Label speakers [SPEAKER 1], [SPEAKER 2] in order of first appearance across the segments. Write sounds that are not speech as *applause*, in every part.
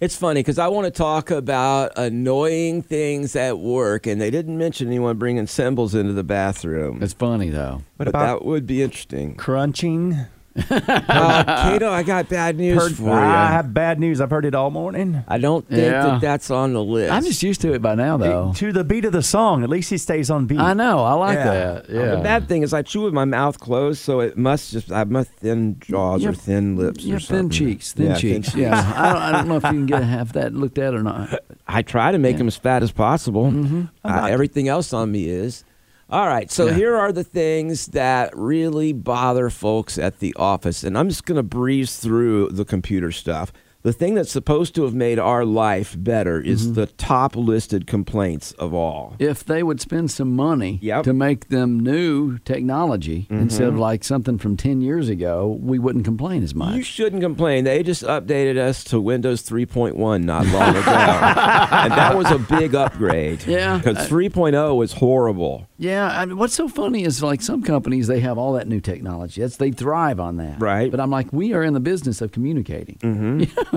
[SPEAKER 1] It's funny because I want to talk about annoying things at work, and they didn't mention anyone bringing cymbals into the bathroom.
[SPEAKER 2] It's funny though.
[SPEAKER 1] but that would be
[SPEAKER 2] *laughs*
[SPEAKER 1] interesting.
[SPEAKER 3] crunching.
[SPEAKER 1] Uh, Kato, I got bad news
[SPEAKER 3] Heard-
[SPEAKER 1] for you.
[SPEAKER 3] I have bad news. I've heard it all morning.
[SPEAKER 1] I don't think
[SPEAKER 2] Yeah.
[SPEAKER 1] that that's on the list.
[SPEAKER 2] I'm just used to it by now though.
[SPEAKER 3] To the beat of the song. At least he stays on beat.
[SPEAKER 2] I know. I like
[SPEAKER 3] Yeah.
[SPEAKER 2] that. Yeah.
[SPEAKER 1] The bad thing is I chew with my mouth closed, so it must just I have my thin jaws
[SPEAKER 2] Your-
[SPEAKER 1] or thin lips
[SPEAKER 2] Yeah,
[SPEAKER 1] or
[SPEAKER 2] thin
[SPEAKER 1] something.
[SPEAKER 2] cheeks. Thin
[SPEAKER 1] Yeah,
[SPEAKER 2] cheeks. yeah. I don't, I don't know if you
[SPEAKER 1] *laughs*
[SPEAKER 2] can get half that looked at or not.
[SPEAKER 1] I try to make them as fat as possible.
[SPEAKER 2] Mm-hmm.
[SPEAKER 1] Uh, everything else on me is. All right, so here are the things that really bother folks at the office. And I'm just going to breeze through the computer stuff. The thing that's supposed to have made our life better
[SPEAKER 2] Mm-hmm.
[SPEAKER 1] is the top listed complaints of all.
[SPEAKER 2] If they would spend some money
[SPEAKER 1] Yep. Mm-hmm.
[SPEAKER 2] to make them new technology instead of like something from 10 years ago, we wouldn't complain as
[SPEAKER 1] You
[SPEAKER 2] much.
[SPEAKER 1] shouldn't complain. They just updated us to Windows 3.1 not long
[SPEAKER 2] *laughs*
[SPEAKER 1] ago. and that was a big upgrade.
[SPEAKER 2] Yeah.
[SPEAKER 1] Because 3.0 was horrible.
[SPEAKER 2] yeah. I mean, what's so funny is like some companies, they have all that new technology. That's, they thrive on that.
[SPEAKER 1] Right.
[SPEAKER 2] But I'm like, we are in the business of communicating.
[SPEAKER 3] Mm-hmm.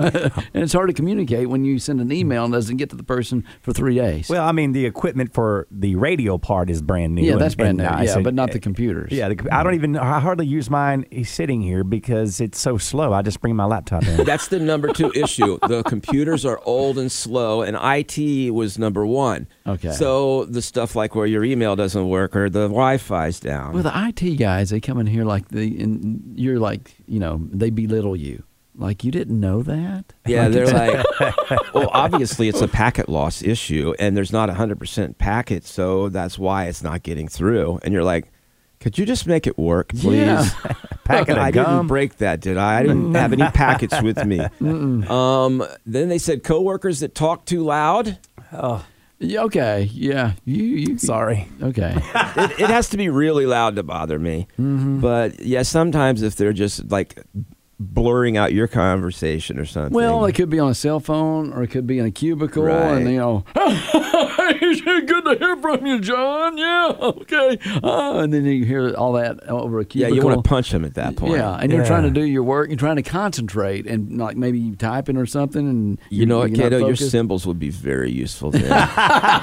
[SPEAKER 2] *laughs* and it's hard to communicate when you send an email and it doesn't get to the person for three days.
[SPEAKER 3] Well, I mean, the equipment for the radio part is brand new.
[SPEAKER 2] Yeah,
[SPEAKER 3] and-
[SPEAKER 2] that's brand
[SPEAKER 3] and
[SPEAKER 2] new.
[SPEAKER 3] nice.
[SPEAKER 2] Yeah,
[SPEAKER 3] And-
[SPEAKER 2] but not the computers.
[SPEAKER 3] Yeah, the, I don't even. I hardly use mine eh, sitting here because it's so slow. I just bring my
[SPEAKER 1] *laughs*
[SPEAKER 3] laptop in.
[SPEAKER 1] That's the number two issue. The computers are old and slow, and IT was number one.
[SPEAKER 2] Okay.
[SPEAKER 1] So the stuff like where your email doesn't work or the Wi Fi's down.
[SPEAKER 2] Well, the IT guys, they come in here like the, and you're like, you know, they belittle you. Like you didn't know that.
[SPEAKER 1] yeah,
[SPEAKER 2] Like,
[SPEAKER 1] they're
[SPEAKER 2] it's-
[SPEAKER 1] like, well, obviously it's a packet loss issue, and there's not 100% packet, so that's why it's not getting through. And you're like, could you just make it work, please?
[SPEAKER 2] Yeah.
[SPEAKER 3] *laughs* Packet of
[SPEAKER 1] I didn't
[SPEAKER 3] gum.
[SPEAKER 1] break that, did I? I didn't have
[SPEAKER 3] *laughs*
[SPEAKER 1] any packets with me. Um, then they said coworkers that talk too loud.
[SPEAKER 2] Yeah, okay, yeah, you, you
[SPEAKER 3] Sorry.
[SPEAKER 2] Okay,
[SPEAKER 1] it, it has to be really loud to bother me.
[SPEAKER 2] Mm-hmm.
[SPEAKER 1] But yeah, sometimes if they're just like blurring out your conversation or something.
[SPEAKER 2] well, it could be on a cell phone or it could be in a cubicle,
[SPEAKER 1] Right.
[SPEAKER 2] and you know, *laughs* good to hear from you, John. Yeah, okay, uh, and then you hear all that over a
[SPEAKER 1] yeah,
[SPEAKER 2] cubicle.
[SPEAKER 1] you want to punch them at that point.
[SPEAKER 2] Yeah, and you're trying to
[SPEAKER 3] Yeah.
[SPEAKER 2] do your work. You're trying to concentrate and like maybe typing or something. And
[SPEAKER 1] You know what,
[SPEAKER 2] you're not
[SPEAKER 1] kiddo? Your
[SPEAKER 2] focused.
[SPEAKER 1] symbols would be very
[SPEAKER 2] *laughs*
[SPEAKER 1] useful then.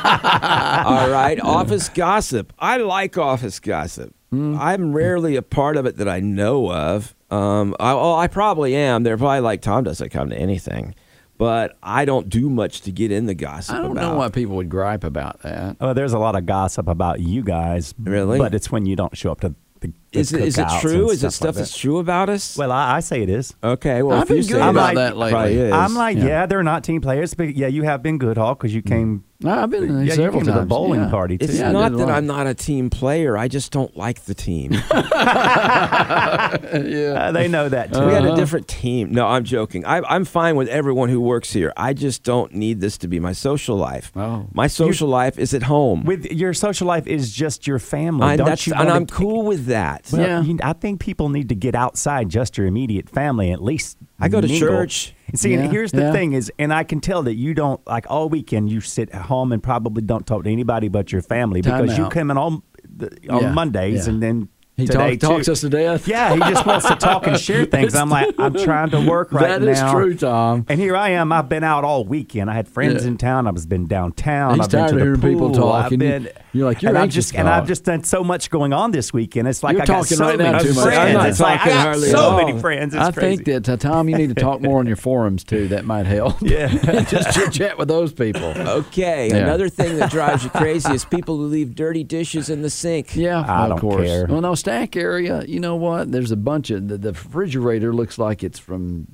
[SPEAKER 1] All right, office gossip. I like office gossip.
[SPEAKER 2] Mm.
[SPEAKER 1] I'm rarely a part of it that I know of. Um, I, well, I probably am. They're probably like Tom doesn't come to anything, but I don't do much to get in the gossip.
[SPEAKER 2] I don't
[SPEAKER 1] about.
[SPEAKER 2] know why people would gripe about that.
[SPEAKER 3] Oh, there's a lot of gossip about you guys.
[SPEAKER 1] Really?
[SPEAKER 3] But it's when you don't show up to the. the
[SPEAKER 1] Is it, is it
[SPEAKER 3] cookouts
[SPEAKER 1] true?
[SPEAKER 3] and
[SPEAKER 1] Is it stuff
[SPEAKER 3] stuff like that.
[SPEAKER 1] that's true about us?
[SPEAKER 3] Well, I, I say it is.
[SPEAKER 1] okay. Well, if
[SPEAKER 2] I've
[SPEAKER 1] you
[SPEAKER 2] been
[SPEAKER 1] say
[SPEAKER 2] good
[SPEAKER 1] it,
[SPEAKER 3] about
[SPEAKER 1] like-
[SPEAKER 2] that lately.
[SPEAKER 1] probably is.
[SPEAKER 3] I'm like,
[SPEAKER 2] yeah.
[SPEAKER 3] yeah. they're not team players, but yeah, you have been good, Hawk, because
[SPEAKER 1] Mm.
[SPEAKER 3] you came.
[SPEAKER 2] No, I've been there
[SPEAKER 3] Yeah, you
[SPEAKER 2] several
[SPEAKER 3] came to the
[SPEAKER 2] times.
[SPEAKER 3] bowling
[SPEAKER 2] yeah.
[SPEAKER 3] party,
[SPEAKER 1] It's
[SPEAKER 3] too.
[SPEAKER 2] Yeah, I
[SPEAKER 1] not
[SPEAKER 2] did a
[SPEAKER 1] that
[SPEAKER 2] lot.
[SPEAKER 1] I'm not a team player. I just don't like the *laughs* team.
[SPEAKER 3] Uh, they know that too.
[SPEAKER 1] we had a different team. No, I'm joking. I, I'm fine with everyone who works here. I just don't need this to be my social life.
[SPEAKER 2] Oh.
[SPEAKER 1] My social life is at home.
[SPEAKER 3] With your social life is just your family.
[SPEAKER 1] I,
[SPEAKER 3] don't
[SPEAKER 1] that's,
[SPEAKER 3] you
[SPEAKER 1] and
[SPEAKER 3] wanna
[SPEAKER 1] I'm
[SPEAKER 3] take-
[SPEAKER 1] cool with that.
[SPEAKER 3] *laughs* Well,
[SPEAKER 2] Yeah.
[SPEAKER 3] you- I think people need to get outside just your immediate family at least.
[SPEAKER 1] I go to
[SPEAKER 3] mingle.
[SPEAKER 1] church.
[SPEAKER 3] And see,
[SPEAKER 2] Yeah,
[SPEAKER 3] and here's the
[SPEAKER 2] yeah.
[SPEAKER 3] thing is, and I can tell that you don't like all weekend. You sit at home and probably don't talk to anybody but your family
[SPEAKER 2] Time
[SPEAKER 3] because you
[SPEAKER 2] out.
[SPEAKER 3] come in all the, on
[SPEAKER 2] Yeah,
[SPEAKER 3] Mondays
[SPEAKER 2] yeah.
[SPEAKER 3] and then
[SPEAKER 2] He
[SPEAKER 3] today
[SPEAKER 2] talk, talks
[SPEAKER 3] too.
[SPEAKER 2] us to death.
[SPEAKER 3] Yeah, he just wants to talk and
[SPEAKER 2] *laughs*
[SPEAKER 3] share things. I'm like, I'm trying to work right
[SPEAKER 2] That
[SPEAKER 3] now.
[SPEAKER 2] is true, Tom.
[SPEAKER 3] And here I am. I've been out all weekend. I had friends
[SPEAKER 2] Yeah.
[SPEAKER 3] in town. I've been downtown.
[SPEAKER 2] He's
[SPEAKER 3] I've been
[SPEAKER 2] tired
[SPEAKER 3] to
[SPEAKER 2] of
[SPEAKER 3] the
[SPEAKER 2] hearing people
[SPEAKER 3] pool.
[SPEAKER 2] talk.
[SPEAKER 3] I've
[SPEAKER 2] and you-
[SPEAKER 3] been,
[SPEAKER 2] you, You're like, you're
[SPEAKER 3] and I've
[SPEAKER 2] anxious
[SPEAKER 3] just and
[SPEAKER 2] about
[SPEAKER 3] I've
[SPEAKER 2] it.
[SPEAKER 3] just done so much going on this weekend. It's like
[SPEAKER 2] You're
[SPEAKER 3] I got
[SPEAKER 2] talking
[SPEAKER 3] so
[SPEAKER 2] right
[SPEAKER 3] many
[SPEAKER 2] now too much.
[SPEAKER 3] friends.
[SPEAKER 1] I'm not
[SPEAKER 3] it's like I
[SPEAKER 2] talking
[SPEAKER 3] got
[SPEAKER 2] hardly at
[SPEAKER 3] so
[SPEAKER 2] all.
[SPEAKER 3] many friends. It's
[SPEAKER 2] I
[SPEAKER 3] crazy.
[SPEAKER 2] think that uh, Tom, you need to talk more on your forums too. That might
[SPEAKER 3] *laughs*
[SPEAKER 2] help. Yeah, *laughs* just chit chat with those people.
[SPEAKER 1] Okay,
[SPEAKER 2] Yeah.
[SPEAKER 1] another thing that drives *laughs* you crazy is people who leave dirty dishes in the sink.
[SPEAKER 2] Yeah,
[SPEAKER 3] I
[SPEAKER 2] of
[SPEAKER 3] don't
[SPEAKER 2] course.
[SPEAKER 3] care.
[SPEAKER 2] Well, no stack area. You know what? There's a bunch of the, the refrigerator looks like it's from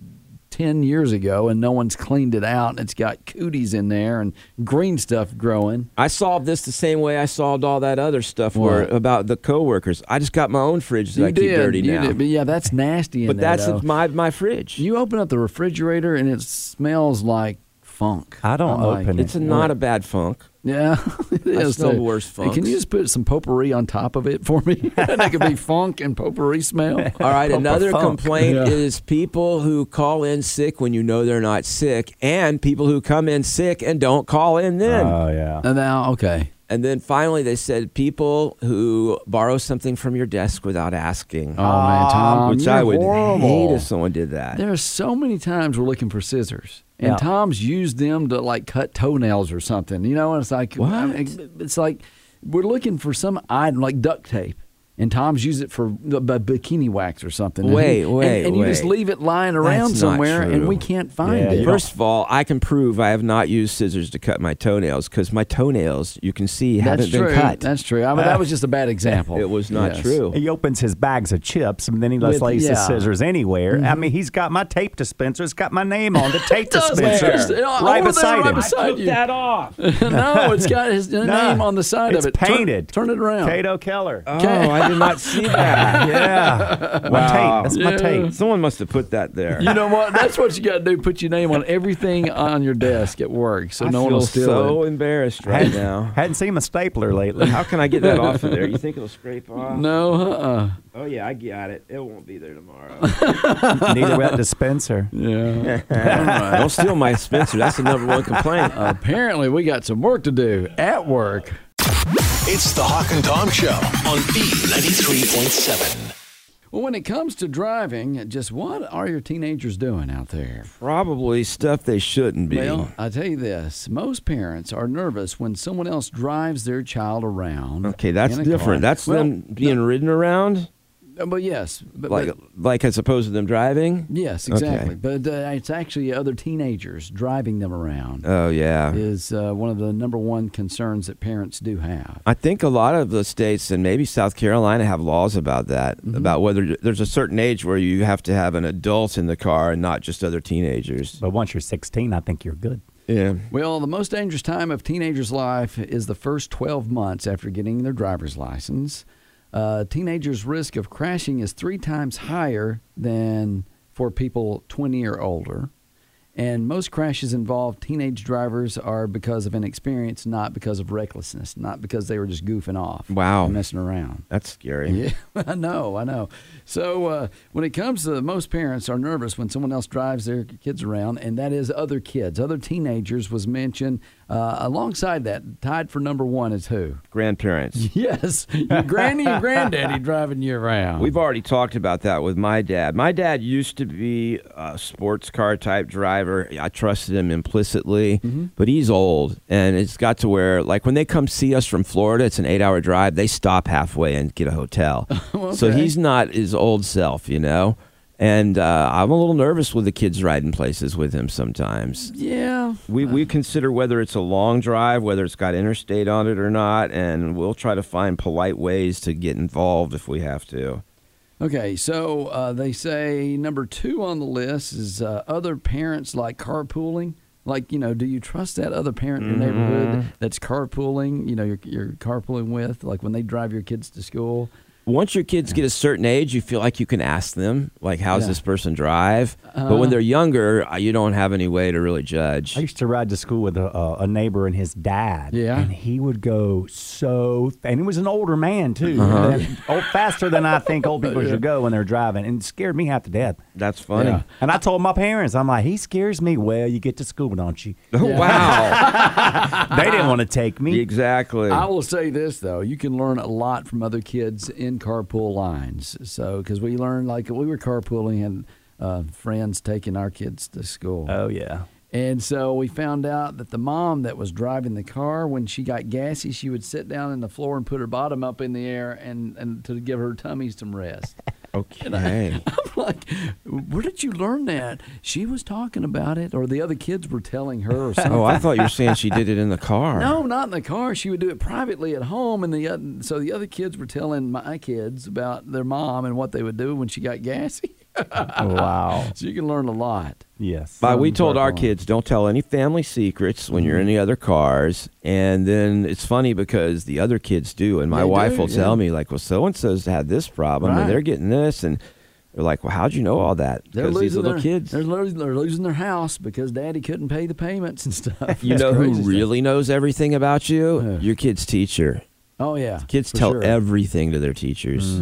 [SPEAKER 2] ten years ago, and no one's cleaned it out, and it's got cooties in there and green stuff growing.
[SPEAKER 1] I solved this the same way I solved all that other stuff where,
[SPEAKER 2] What?
[SPEAKER 1] about the coworkers. I just got my own fridge that
[SPEAKER 2] you
[SPEAKER 1] I
[SPEAKER 2] did,
[SPEAKER 1] keep dirty
[SPEAKER 2] you
[SPEAKER 1] now.
[SPEAKER 2] did, but yeah, that's nasty. In
[SPEAKER 1] But
[SPEAKER 2] there,
[SPEAKER 1] that's
[SPEAKER 2] though.
[SPEAKER 1] my my fridge.
[SPEAKER 2] You open up the refrigerator and it smells like funk.
[SPEAKER 3] I don't
[SPEAKER 2] I'm like,
[SPEAKER 3] open it.
[SPEAKER 1] it's a, not a bad funk.
[SPEAKER 2] *laughs* Yeah, it
[SPEAKER 1] I
[SPEAKER 2] is.
[SPEAKER 1] smell
[SPEAKER 2] too.
[SPEAKER 1] worse
[SPEAKER 2] Hey, Can
[SPEAKER 1] funks.
[SPEAKER 2] you just put some potpourri on top of it for me? *laughs* that could be funk and
[SPEAKER 1] *laughs*
[SPEAKER 2] potpourri smell.
[SPEAKER 1] All right, another
[SPEAKER 3] funk.
[SPEAKER 1] complaint
[SPEAKER 2] Yeah.
[SPEAKER 1] is people who call in sick when you know they're not sick, and people who come in sick and don't call in then.
[SPEAKER 2] Uh.
[SPEAKER 3] Oh yeah.
[SPEAKER 2] And now, okay.
[SPEAKER 1] and then finally, they said people who borrow something from your desk without asking,
[SPEAKER 2] Oh man, Tom,
[SPEAKER 1] which
[SPEAKER 2] you're
[SPEAKER 1] I would
[SPEAKER 2] horrible.
[SPEAKER 1] hate if someone did that.
[SPEAKER 2] There are so many times we're looking for scissors, and
[SPEAKER 3] Yeah.
[SPEAKER 2] Tom's used them to like cut toenails or something. You know, and it's like I mean, it's like we're looking for some item like duct tape, and Tom's used it for the- b- bikini wax or something. and
[SPEAKER 1] Wait,
[SPEAKER 2] he- and-
[SPEAKER 1] wait,
[SPEAKER 2] and, you just
[SPEAKER 1] wait.
[SPEAKER 2] leave it lying around
[SPEAKER 1] That's not
[SPEAKER 2] somewhere, and
[SPEAKER 1] true.
[SPEAKER 2] we can't find
[SPEAKER 3] Yeah,
[SPEAKER 2] it.
[SPEAKER 3] you don't-
[SPEAKER 1] First of all, I can prove I have not used scissors to cut my toenails because my toenails, you can see,
[SPEAKER 2] That's
[SPEAKER 1] haven't
[SPEAKER 2] true.
[SPEAKER 1] been cut.
[SPEAKER 2] That's true. I mean, that was just a bad example.
[SPEAKER 1] *laughs* it was not
[SPEAKER 2] Yes.
[SPEAKER 1] true.
[SPEAKER 3] He opens his bags of chips and then he just
[SPEAKER 2] With-
[SPEAKER 3] lays his
[SPEAKER 2] yeah. Mm-hmm.
[SPEAKER 3] scissors anywhere. I mean, he's got my tape dispenser. It's got my
[SPEAKER 2] *laughs*
[SPEAKER 3] name on the tape
[SPEAKER 2] does. It's-
[SPEAKER 3] dispenser
[SPEAKER 2] it's all
[SPEAKER 3] right
[SPEAKER 2] over there,
[SPEAKER 3] beside
[SPEAKER 2] right
[SPEAKER 3] him.
[SPEAKER 2] beside- Took you. that
[SPEAKER 4] off.
[SPEAKER 2] *laughs* no, it's
[SPEAKER 1] *laughs*
[SPEAKER 2] got his
[SPEAKER 3] Nah,
[SPEAKER 2] name on the side
[SPEAKER 3] it's
[SPEAKER 2] of it. Turn-
[SPEAKER 3] Painted.
[SPEAKER 2] Turn, it around.
[SPEAKER 3] Cato Keller.
[SPEAKER 1] Oh, I did not
[SPEAKER 2] *laughs*
[SPEAKER 1] see that.
[SPEAKER 3] *laughs* yeah. Uh, My tape. That's my tape.
[SPEAKER 1] Someone must have put that there.
[SPEAKER 2] You know *laughs* what? That's what you got to do. Put your name on everything on your desk at work, so
[SPEAKER 1] I
[SPEAKER 2] no
[SPEAKER 1] feel
[SPEAKER 2] one will steal
[SPEAKER 1] so
[SPEAKER 2] it.
[SPEAKER 1] embarrassed right now.
[SPEAKER 3] Hadn't seen my stapler lately. *laughs*
[SPEAKER 1] How can I get that off of there? You think it'll scrape off?
[SPEAKER 2] *laughs* No, uh-uh.
[SPEAKER 1] Oh yeah, I got it. It won't be there
[SPEAKER 2] *laughs*
[SPEAKER 1] tomorrow.
[SPEAKER 3] Neither will that dispenser.
[SPEAKER 2] yeah.
[SPEAKER 1] Don't steal my Spencer. That's the number one
[SPEAKER 2] *laughs*
[SPEAKER 1] complaint.
[SPEAKER 2] Apparently, we got some work to do at work.
[SPEAKER 4] It's the Hawk and Tom Show on B93.7.
[SPEAKER 2] Well, when it comes to driving, just what are your teenagers doing out there?
[SPEAKER 1] Probably stuff they shouldn't be.
[SPEAKER 2] Well, I tell you this: most parents are nervous when someone else drives their child around.
[SPEAKER 1] okay, that's
[SPEAKER 2] in a car.
[SPEAKER 1] different. That's
[SPEAKER 2] Well,
[SPEAKER 1] them being ridden around,
[SPEAKER 2] uh, But yes, but,
[SPEAKER 1] like
[SPEAKER 2] but-
[SPEAKER 1] like as opposed to them driving.
[SPEAKER 2] yes,
[SPEAKER 1] Okay.
[SPEAKER 2] exactly. But uh, it's actually other teenagers driving them around.
[SPEAKER 1] Oh yeah.
[SPEAKER 2] is uh, one of the number one concerns that parents do have.
[SPEAKER 1] I think a lot of the states and maybe South Carolina have laws about that, about whether there's a certain age where you have to have an adult in the car and not just other teenagers.
[SPEAKER 3] But once you're 16, I think you're good.
[SPEAKER 1] Yeah.
[SPEAKER 2] Well, the most dangerous time of teenagers' life is the first 12 months after getting their driver's license. Uh, teenagers' risk of crashing is three times higher than for people 20 or older. And most crashes involve teenage drivers are because of inexperience, not because of recklessness, not because they were just goofing off.
[SPEAKER 1] Wow.
[SPEAKER 2] and messing around.
[SPEAKER 1] That's scary.
[SPEAKER 2] Yeah, *laughs* I know, I know. So uh, when it comes to most parents are nervous when someone else drives their kids around, and that is other kids, other teenagers was mentioned. Uh, alongside that, tied for number one is who? *laughs*
[SPEAKER 1] Grandparents.
[SPEAKER 2] Yes, your granny and granddaddy driving you around.
[SPEAKER 1] We've already talked about that with my dad. My dad used to be a sports car type driver. I trusted him implicitly, but he's old. And it's got to where, like, when they come see us from Florida, it's an eight hour drive, they stop halfway and get a hotel. So
[SPEAKER 2] okay.
[SPEAKER 1] he's not his old self, you know? And uh, I'm a little nervous with the kids riding places with him sometimes.
[SPEAKER 2] yeah,
[SPEAKER 1] We, we consider whether it's a long drive, whether it's got interstate on it or not, and we'll try to find polite ways to get involved if we have to.
[SPEAKER 2] Okay, so uh, they say number two on the list is uh, other parents like carpooling. Like, you know, do you trust that other parent in your neighborhood that's carpooling, you know, you're, you're carpooling with, like when they drive your kids to school?
[SPEAKER 1] once your kids get a certain age, you feel like you can ask them, like, how's
[SPEAKER 2] Yeah. Uh-huh.
[SPEAKER 1] this person drive? but when they're younger, uh, you don't have any way to really
[SPEAKER 3] I
[SPEAKER 1] judge.
[SPEAKER 3] used to ride to school with a, a, a neighbor and his dad.
[SPEAKER 2] Yeah.
[SPEAKER 3] And he would go so, and he was an older man too, And- oh, faster than I think old
[SPEAKER 2] *laughs*
[SPEAKER 3] people should go when they're driving, and it scared me half to death.
[SPEAKER 1] That's funny.
[SPEAKER 2] Yeah.
[SPEAKER 3] And I told my parents, I'm like, he scares me. Well, you get to school, don't *laughs* you?
[SPEAKER 1] *laughs* wow.
[SPEAKER 3] They didn't want to take me.
[SPEAKER 1] *laughs* exactly.
[SPEAKER 2] I will say this though, you can learn a lot from other kids in carpool lines. So, because we learned, like we were carpooling and uh, friends taking our kids to school,
[SPEAKER 3] Oh yeah.
[SPEAKER 2] And so we found out that the mom that was driving the car, when she got gassy, she would sit down on the floor and put her bottom up in the air and, and to give her tummy some rest. *laughs*
[SPEAKER 1] Okay.
[SPEAKER 2] I'm like, where did you learn that? She was talking about it, or the other kids were telling her or something.
[SPEAKER 1] Oh, I thought you were saying she did it in the car.
[SPEAKER 2] No, not in the car. She would do it privately at home, and the oth- so the other kids were telling my kids about their mom and what they would do when she got *laughs* gassy.
[SPEAKER 3] wow.
[SPEAKER 2] so you can learn a lot.
[SPEAKER 3] Yes.
[SPEAKER 1] But we
[SPEAKER 2] Something's
[SPEAKER 1] told our
[SPEAKER 2] going on.
[SPEAKER 1] kids don't tell any family secrets when
[SPEAKER 2] Mm-hmm.
[SPEAKER 1] you're in the other cars. And then it's funny because the other kids do, and my
[SPEAKER 2] They
[SPEAKER 1] wife
[SPEAKER 2] do,
[SPEAKER 1] will tell
[SPEAKER 2] yeah.
[SPEAKER 1] me like, "Well, so and so's had this problem,
[SPEAKER 2] Right.
[SPEAKER 1] and they're getting this," and they're like, "Well, how'd you know all that?"
[SPEAKER 2] They're
[SPEAKER 1] Because these
[SPEAKER 2] losing
[SPEAKER 1] little
[SPEAKER 2] their,
[SPEAKER 1] kids.
[SPEAKER 2] They're losing, they're losing their house because daddy couldn't pay the payments and *laughs* stuff.
[SPEAKER 1] You
[SPEAKER 2] It's
[SPEAKER 1] know
[SPEAKER 2] crazy
[SPEAKER 1] who
[SPEAKER 2] stuff.
[SPEAKER 1] really knows everything about you?
[SPEAKER 2] Yeah.
[SPEAKER 1] Your kid's teacher.
[SPEAKER 2] Oh yeah,
[SPEAKER 1] Kids
[SPEAKER 2] for
[SPEAKER 1] tell
[SPEAKER 2] sure. Mm-hmm.
[SPEAKER 1] everything to their teachers.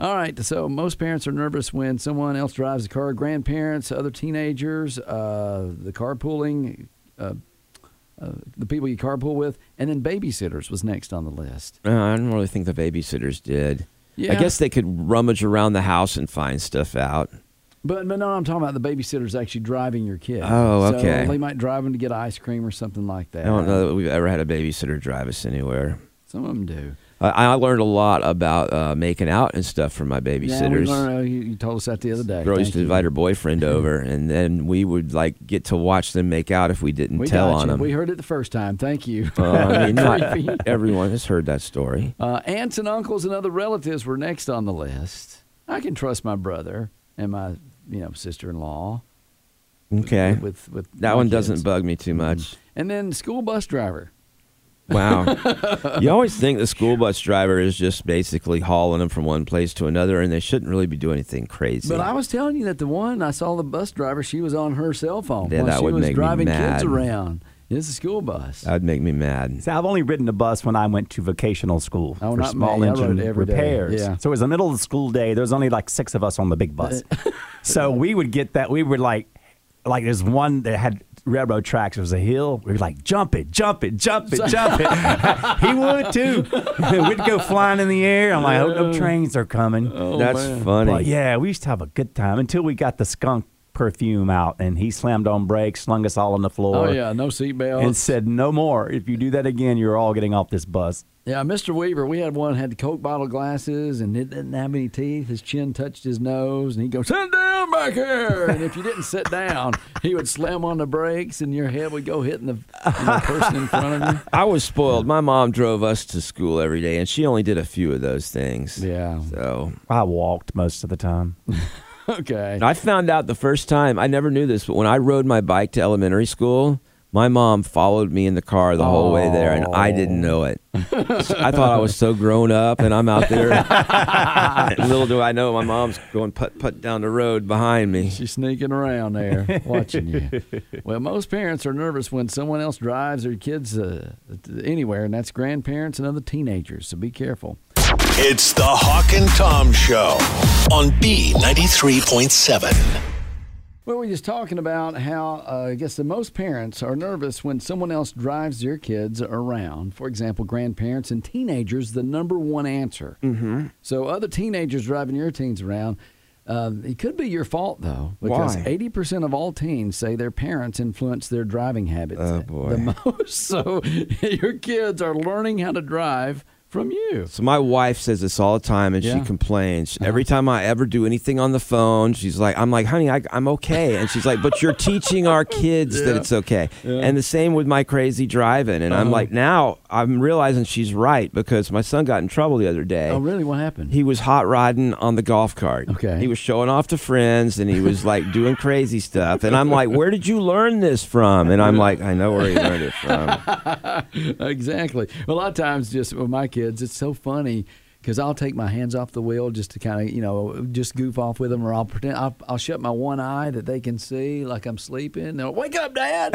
[SPEAKER 2] All right, so most parents are nervous when someone else drives the car. Grandparents, other teenagers, uh, the carpooling, uh, uh, the people you carpool with, and then babysitters was next on the list.
[SPEAKER 1] Uh, I don't really think the babysitters did. I
[SPEAKER 2] Yeah.
[SPEAKER 1] guess they could rummage around the house and find stuff out.
[SPEAKER 2] But but no, I'm talking about the babysitter's actually driving your kid.
[SPEAKER 1] Oh,
[SPEAKER 2] So
[SPEAKER 1] okay.
[SPEAKER 2] they might drive them to get ice cream or something like that.
[SPEAKER 1] I don't know that we've ever had a babysitter drive us anywhere.
[SPEAKER 2] Some of them do.
[SPEAKER 1] I, I learned a lot about uh, making out and stuff from my
[SPEAKER 2] Yeah, we
[SPEAKER 1] babysitters.
[SPEAKER 2] learned, uh, you, you told us that the other day.
[SPEAKER 1] Girl used
[SPEAKER 2] Thank
[SPEAKER 1] to
[SPEAKER 2] you.
[SPEAKER 1] invite her
[SPEAKER 2] *laughs*
[SPEAKER 1] boyfriend over, and then we would like get to watch them make out if we didn't
[SPEAKER 2] We
[SPEAKER 1] tell
[SPEAKER 2] got
[SPEAKER 1] on
[SPEAKER 2] you.
[SPEAKER 1] them.
[SPEAKER 2] We heard it the first time. Thank you.
[SPEAKER 1] Uh, I mean,
[SPEAKER 2] Creepy.
[SPEAKER 1] not everyone has heard that
[SPEAKER 2] *laughs*
[SPEAKER 1] story.
[SPEAKER 2] Uh, aunts and uncles and other relatives were next on the list. I can trust my brother and my, you know, sister-in-law.
[SPEAKER 1] Okay,
[SPEAKER 2] With with
[SPEAKER 1] that
[SPEAKER 2] my
[SPEAKER 1] one
[SPEAKER 2] kids. Mm-hmm.
[SPEAKER 1] doesn't bug me too
[SPEAKER 2] *laughs*
[SPEAKER 1] much.
[SPEAKER 2] And then school bus driver.
[SPEAKER 1] Wow. you always think the school bus driver is just basically hauling them from one place to another, and they shouldn't really be doing anything crazy.
[SPEAKER 2] But I was telling you that the one I saw the bus driver, she was on her cell phone
[SPEAKER 1] Yeah,
[SPEAKER 2] while
[SPEAKER 1] that
[SPEAKER 2] she
[SPEAKER 1] would
[SPEAKER 2] was
[SPEAKER 1] make me
[SPEAKER 2] driving
[SPEAKER 1] mad.
[SPEAKER 2] kids around. It's a school bus.
[SPEAKER 1] that would make me mad.
[SPEAKER 2] *laughs*
[SPEAKER 3] See, I've only ridden a bus when I went to vocational school
[SPEAKER 2] Oh,
[SPEAKER 3] for
[SPEAKER 2] not
[SPEAKER 3] small
[SPEAKER 2] me. I rode
[SPEAKER 3] engine
[SPEAKER 2] it every day.
[SPEAKER 3] repairs.
[SPEAKER 2] Yeah.
[SPEAKER 3] So it was the middle of the school day. There was only like six of us on the
[SPEAKER 2] *laughs*
[SPEAKER 3] big bus. so we would get that. We were like, like there's one that had railroad tracks. It was a hill. We were like, jump it, jump it, jump it,
[SPEAKER 2] *laughs*
[SPEAKER 3] jump it. he would too. *laughs* We'd go flying in the air. I'm like, oh, no trains are coming.
[SPEAKER 2] Oh,
[SPEAKER 1] That's funny.
[SPEAKER 3] But yeah, we used to have a good time until we got the skunk perfume out and he slammed on brakes, slung us all on the floor
[SPEAKER 2] oh yeah, no seatbelt.
[SPEAKER 3] and said, "No more. If you do that again, you're all getting off this bus."
[SPEAKER 2] Yeah, Mr. Weaver, we had one had the Coke bottle glasses and it didn't have any teeth. His chin touched his nose, and he'd go, "Sit down back here." And if you didn't sit down, he would slam on the brakes, and your head would go hitting the you know, person in front of
[SPEAKER 1] I was spoiled. My mom drove us to school every day, and she only did a few of those things. *laughs*
[SPEAKER 2] you. Yeah.
[SPEAKER 1] So
[SPEAKER 3] I walked most of the time.
[SPEAKER 2] Okay.
[SPEAKER 1] I found out the first time, I never knew this, but when I rode my bike to elementary school, my mom followed me in the car the whole way there, and I didn't know it. I thought I was so grown up, and I'm out there. *laughs* Little do I know, my mom's going put put down the road behind me.
[SPEAKER 2] She's sneaking around there, watching you. Well, most parents are nervous when someone else drives their kids uh, anywhere, and that's grandparents and other teenagers. So be careful.
[SPEAKER 4] It's the Hawk and Tom Show on B93.7.
[SPEAKER 2] Well, we're just talking about how uh, I guess the most parents are nervous when someone else drives their kids around. For example, grandparents and teenagers, the number one answer. Mm-hmm. So, other teenagers driving your teens around, uh, it could be your fault though, because
[SPEAKER 1] Why?
[SPEAKER 2] 80% of all teens say their parents influence their driving habits
[SPEAKER 1] Oh, boy.
[SPEAKER 2] the *laughs* most. So, your kids are learning how to drive from you.
[SPEAKER 1] So my wife says this all the time, and she
[SPEAKER 2] Yeah. Uh-huh.
[SPEAKER 1] complains every time I ever do anything on the phone. She's like, "I'm like, honey, I, I'm okay," and she's like, "But you're teaching our kids that it's okay." And the same with my crazy driving, and
[SPEAKER 2] Uh-huh.
[SPEAKER 1] I'm like, now I'm realizing she's right because my son got in trouble the other day.
[SPEAKER 2] Oh, really? What happened?
[SPEAKER 1] He was hot rodding on the golf cart.
[SPEAKER 2] Okay.
[SPEAKER 1] He was showing off to friends and he was like doing crazy stuff. And I'm like, where did you learn this from? And I'm like, I know where he learned it from.
[SPEAKER 2] exactly. A lot of times, just with my kids, it's so funny because I'll take my hands off the wheel just to kind of, you know, just goof off with them, or I'll pretend I'll, I'll shut my one eye that they can see like I'm sleeping. They'll wake up, Dad.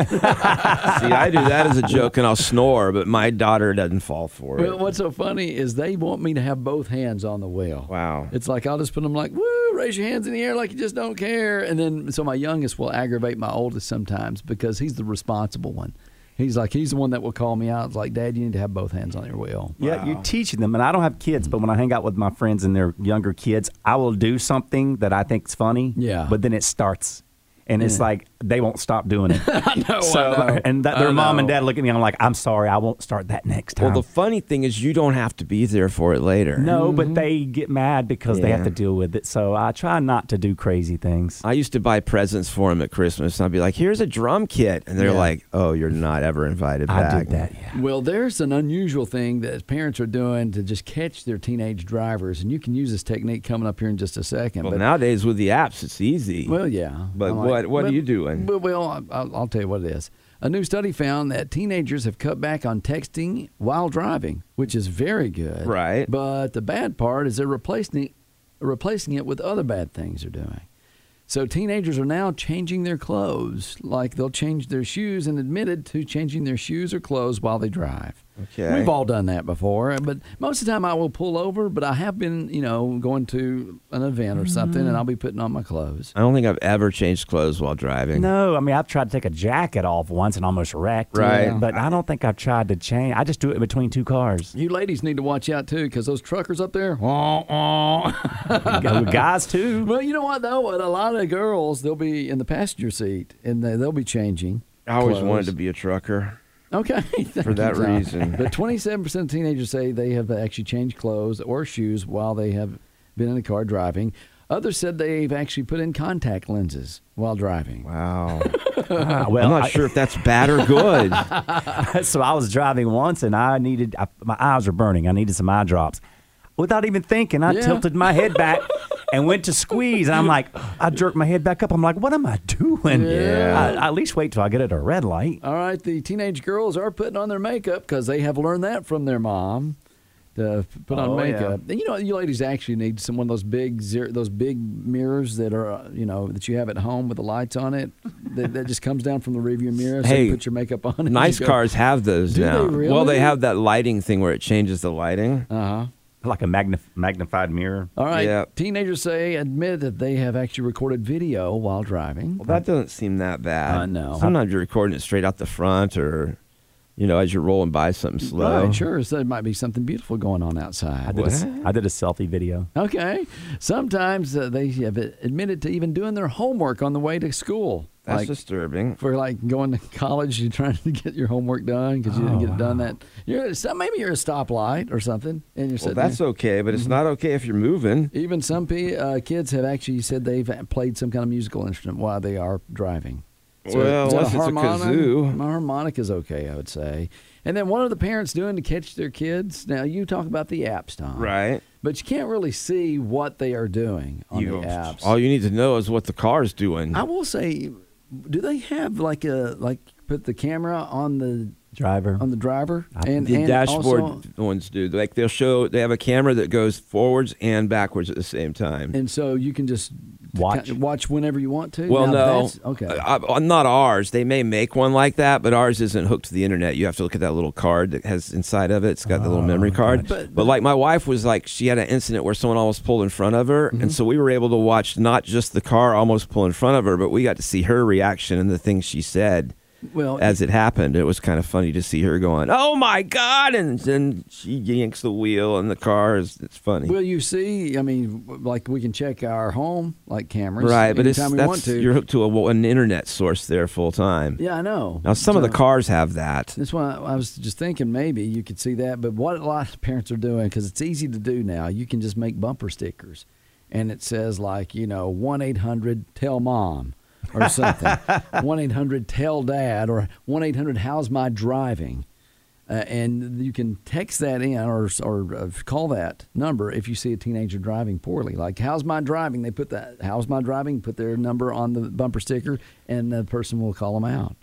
[SPEAKER 1] See, I do that as a joke and I'll snore, but my daughter doesn't fall for it.
[SPEAKER 2] well, what's so funny is they want me to have both hands on the wheel.
[SPEAKER 1] Wow.
[SPEAKER 2] It's like I'll just put them like, woo, raise your hands in the air like you just don't care. And then, so my youngest will aggravate my oldest sometimes because he's the responsible one. He's like, he's the one that will call me out. It's like, Dad, you need to have both hands on your wheel. *laughs*
[SPEAKER 3] Yeah, you're teaching them, and I don't have kids, but when I hang out with my friends and their younger kids, I will do something that I think's funny.
[SPEAKER 2] Yeah.
[SPEAKER 3] but then it starts, and it's like they won't stop doing it. I
[SPEAKER 2] know, I
[SPEAKER 3] So,
[SPEAKER 2] know.
[SPEAKER 3] and that, their mom and dad look at me. I'm like, I'm sorry, I won't start that next time.
[SPEAKER 1] Well, the funny thing is, you don't have to be there for it later.
[SPEAKER 3] no, but they get mad because they have
[SPEAKER 1] Yeah.
[SPEAKER 3] to deal with it. So I try not to do crazy things.
[SPEAKER 1] I used to buy presents for him at Christmas, and I'd be like, "Here's a drum kit," and they're
[SPEAKER 2] Yeah.
[SPEAKER 1] like, "Oh, you're not ever invited back."
[SPEAKER 3] I did that. Yeah.
[SPEAKER 2] Well, there's an unusual thing that parents are doing to just catch their teenage drivers, and you can use this technique coming up here in just a second.
[SPEAKER 1] Well,
[SPEAKER 2] but-
[SPEAKER 1] nowadays with the apps, it's easy.
[SPEAKER 2] Well, yeah.
[SPEAKER 1] But
[SPEAKER 2] I'm
[SPEAKER 1] what- what are
[SPEAKER 2] but-
[SPEAKER 1] you doing?
[SPEAKER 2] But, well, I- I'll, I'll tell you what it is. A new study found that teenagers have cut back on texting while driving, which is very good.
[SPEAKER 1] Right.
[SPEAKER 2] But the bad part is they're replacing it, replacing it with other bad things they're doing. So teenagers are now changing their clothes, like they'll change their shoes and admitted to changing their shoes or clothes while they drive.
[SPEAKER 1] Okay.
[SPEAKER 2] We've all done that before, but most of the time I will pull over, but I have been, you know, going to an event or
[SPEAKER 1] Mm-hmm.
[SPEAKER 2] something and I'll be putting on my clothes.
[SPEAKER 1] I don't think I've ever changed clothes while driving.
[SPEAKER 3] No, I mean I've tried to take a jacket off once and almost wrecked.
[SPEAKER 1] Right.
[SPEAKER 3] yeah, But I don't think I've tried to change. I just do it between two cars.
[SPEAKER 2] You ladies need to watch out too, because those truckers up there. *laughs* wah, wah.
[SPEAKER 3] Go with
[SPEAKER 2] *laughs*
[SPEAKER 3] Guys too.
[SPEAKER 2] well, you know what though? What A lot of girls they'll be in the passenger seat and they- they'll be changing.
[SPEAKER 1] I always
[SPEAKER 2] clothes.
[SPEAKER 1] wanted to be a trucker.
[SPEAKER 2] Okay, *laughs*
[SPEAKER 1] For that reason.
[SPEAKER 2] But twenty-seven percent of teenagers say they have actually changed clothes or shoes while they have been in the car driving. Others said they've actually put in contact lenses while driving. *laughs*
[SPEAKER 1] Wow.
[SPEAKER 3] Ah,
[SPEAKER 1] I'm
[SPEAKER 3] well,
[SPEAKER 1] not
[SPEAKER 3] I-
[SPEAKER 1] sure if that's bad or good.
[SPEAKER 3] so I *laughs* was driving once and I needed I, my eyes were burning. I needed some eye drops. Without even thinking, I
[SPEAKER 2] Yeah.
[SPEAKER 3] tilted my
[SPEAKER 2] *laughs*
[SPEAKER 3] head back and went to squeeze. And I'm like, I jerked my head back up. I'm like, what am I doing?
[SPEAKER 2] Yeah.
[SPEAKER 3] I, I at least wait till I get at a red light.
[SPEAKER 2] All right, the teenage girls are putting on their makeup because they have learned that from their mom to f- put on
[SPEAKER 3] Oh, yeah.
[SPEAKER 2] makeup. And You know, you ladies actually need some one of those big zero, those big mirrors that are uh, you know that you have at home with the lights on it that, that just comes down from the rearview mirror. So
[SPEAKER 1] Hey,
[SPEAKER 2] you put your makeup on. and
[SPEAKER 1] nice
[SPEAKER 2] you go-
[SPEAKER 1] cars have those
[SPEAKER 2] Do they
[SPEAKER 1] now. Well,
[SPEAKER 2] really?
[SPEAKER 1] they have that lighting thing where it changes the lighting.
[SPEAKER 3] Like a magnif- magnified mirror.
[SPEAKER 2] Uh-huh. All right,
[SPEAKER 1] Yeah.
[SPEAKER 2] teenagers say admit that they have actually recorded video while driving.
[SPEAKER 1] Well, that doesn't seem that bad.
[SPEAKER 2] I know.
[SPEAKER 1] Sometimes you're recording it straight out the front or, you know, as you're rolling by something slow.
[SPEAKER 2] Right, sure. So there might be something beautiful going on outside.
[SPEAKER 3] I did, a, s- I did a selfie video.
[SPEAKER 2] Okay. Sometimes uh, they have admitted to even doing their homework on the way to school.
[SPEAKER 1] That's
[SPEAKER 2] like
[SPEAKER 1] disturbing.
[SPEAKER 2] for like going to college, you're trying to get your homework done because you didn't get it done. That you're some, maybe you're a stoplight or something,
[SPEAKER 1] Oh,
[SPEAKER 2] and you're
[SPEAKER 1] Well,
[SPEAKER 2] sitting.
[SPEAKER 1] that's
[SPEAKER 2] there. Mm-hmm.
[SPEAKER 1] okay, but it's not okay if you're moving.
[SPEAKER 2] Even some pe- uh, kids have actually said they've played some kind of musical instrument while they are driving.
[SPEAKER 1] Well,
[SPEAKER 2] is that
[SPEAKER 1] unless it's a kazoo.
[SPEAKER 2] My harmonic is okay, I would say. And then what are the parents doing to catch their kids? Now you talk about the apps, Tom,
[SPEAKER 1] Right.
[SPEAKER 2] But you can't really see what they are doing on the apps.
[SPEAKER 1] all you need to know is what the car's doing.
[SPEAKER 2] I will say, do they have like a like put the camera on the
[SPEAKER 3] Driver.
[SPEAKER 2] on the driver and
[SPEAKER 1] the
[SPEAKER 2] and
[SPEAKER 1] dashboard
[SPEAKER 2] also-
[SPEAKER 1] ones do. Like they'll show they have a camera that goes forwards and backwards at the same time.
[SPEAKER 2] and so you can just
[SPEAKER 3] Watch.
[SPEAKER 2] ki- watch whenever you want to.
[SPEAKER 1] well,
[SPEAKER 2] Now,
[SPEAKER 1] no,
[SPEAKER 2] that's- okay.
[SPEAKER 1] Uh, uh, not ours. They may make one like that, but ours isn't hooked to the internet. You have to look at that little card that has inside of it. It's got the little
[SPEAKER 2] Oh,
[SPEAKER 1] memory card.
[SPEAKER 2] gotcha.
[SPEAKER 1] But, like my wife was like, she had an incident where someone almost pulled in front of her,
[SPEAKER 2] Mm-hmm.
[SPEAKER 1] and so we were able to watch not just the car almost pull in front of her, but we got to see her reaction and the things she said.
[SPEAKER 2] well,
[SPEAKER 1] as it happened, it was kind of funny to see her going, "Oh my god!" and then she yanks the wheel, and the car is it's funny,
[SPEAKER 2] Well, you see, I mean, w- like we can check our home like cameras,
[SPEAKER 1] right? But it's
[SPEAKER 2] anytime we want
[SPEAKER 1] that's
[SPEAKER 2] to.
[SPEAKER 1] you're hooked to a, an internet source there full time.
[SPEAKER 2] yeah, I know.
[SPEAKER 1] Now some of the
[SPEAKER 2] So
[SPEAKER 1] cars have that.
[SPEAKER 2] That's why I was just thinking maybe you could see that. But what a lot of parents are doing because it's easy to do now. You can just make bumper stickers, and it says like you know one eight hundred tell mom or something, one eight hundred tell dad or one eight hundred how's my driving. Uh, and you can text that in or or uh, call that number if you see a teenager driving poorly. Like, how's my driving? They put that how's my driving. Put their number on the bumper sticker, and the person will call them out.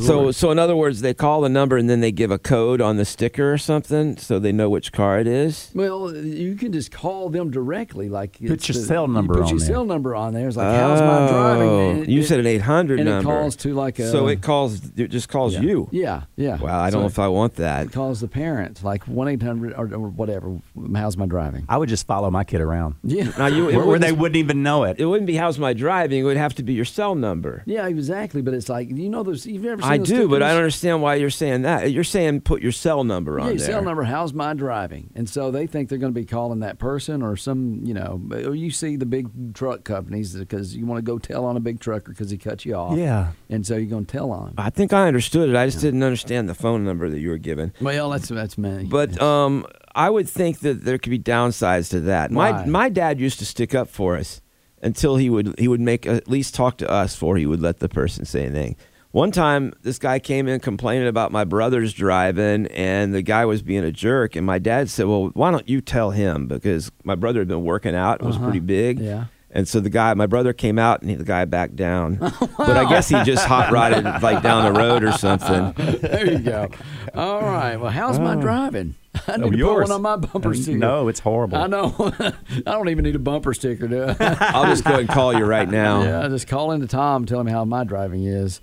[SPEAKER 1] So so in other words, they call the number and then they give a code on the sticker or something, so they know which car it is.
[SPEAKER 2] Well, you can just call them directly. Like put
[SPEAKER 3] your cell number
[SPEAKER 2] You put
[SPEAKER 3] on
[SPEAKER 2] your
[SPEAKER 3] there.
[SPEAKER 2] cell number on there. It's like, how's my driving?
[SPEAKER 1] Oh,
[SPEAKER 2] And it-
[SPEAKER 1] you
[SPEAKER 2] it-
[SPEAKER 1] said an eight hundred
[SPEAKER 2] and
[SPEAKER 1] number.
[SPEAKER 2] it calls to like a.
[SPEAKER 1] so it calls it just calls you.
[SPEAKER 2] Yeah, yeah.
[SPEAKER 1] Wow, I don't know if I want that.
[SPEAKER 2] It calls the parent, like one eight hundred or or whatever. How's my driving?
[SPEAKER 3] I would just follow my kid around.
[SPEAKER 2] Yeah,
[SPEAKER 1] Now
[SPEAKER 2] *laughs*
[SPEAKER 1] you it
[SPEAKER 3] Where, where
[SPEAKER 1] wouldn't-
[SPEAKER 3] they wouldn't even know it.
[SPEAKER 1] it wouldn't be how's my driving. It would have to be your cell number.
[SPEAKER 2] yeah, exactly. But it's like you know those. You've never seen
[SPEAKER 1] I
[SPEAKER 2] those
[SPEAKER 1] do, but I
[SPEAKER 2] stickers?
[SPEAKER 1] don't understand why you're saying that. You're saying put your cell number on
[SPEAKER 2] Yeah, your
[SPEAKER 1] there.
[SPEAKER 2] cell number. How's my driving? And so they think they're going to be calling that person or some, you know, or you see the big truck companies because you want to go tell on a big trucker because he cut you off.
[SPEAKER 3] Yeah.
[SPEAKER 2] And so you're going to tell on him.
[SPEAKER 1] I think I understood it. I just didn't understand the phone number that you were given.
[SPEAKER 2] Well, that's that's me.
[SPEAKER 1] But um, I would think that there could be downsides to that.
[SPEAKER 2] Why?
[SPEAKER 1] My my dad used to stick up for us until he would he would make at least talk to us before he would let the person say anything. One time, this guy came in complaining about my brother's driving, and the guy was being a jerk. And my dad said, "Well, why don't you tell him?" Because my brother had been working out and was pretty big.
[SPEAKER 2] Uh-huh. Yeah.
[SPEAKER 1] And so the guy, my brother came out and he, the guy backed
[SPEAKER 2] *laughs*
[SPEAKER 1] down. But I guess he just hot rodded like down the road or
[SPEAKER 2] *laughs*
[SPEAKER 1] something.
[SPEAKER 2] *laughs* there you go. All right. Well, how's my driving? I need
[SPEAKER 3] Oh,
[SPEAKER 2] to put
[SPEAKER 3] yours.
[SPEAKER 2] one on my bumper sticker.
[SPEAKER 3] No, it's horrible.
[SPEAKER 2] I know. *laughs* I don't even need a bumper sticker. Do I?
[SPEAKER 1] I'll just go and call you right now.
[SPEAKER 2] *laughs* yeah, just call into Tom, tell him how my driving is.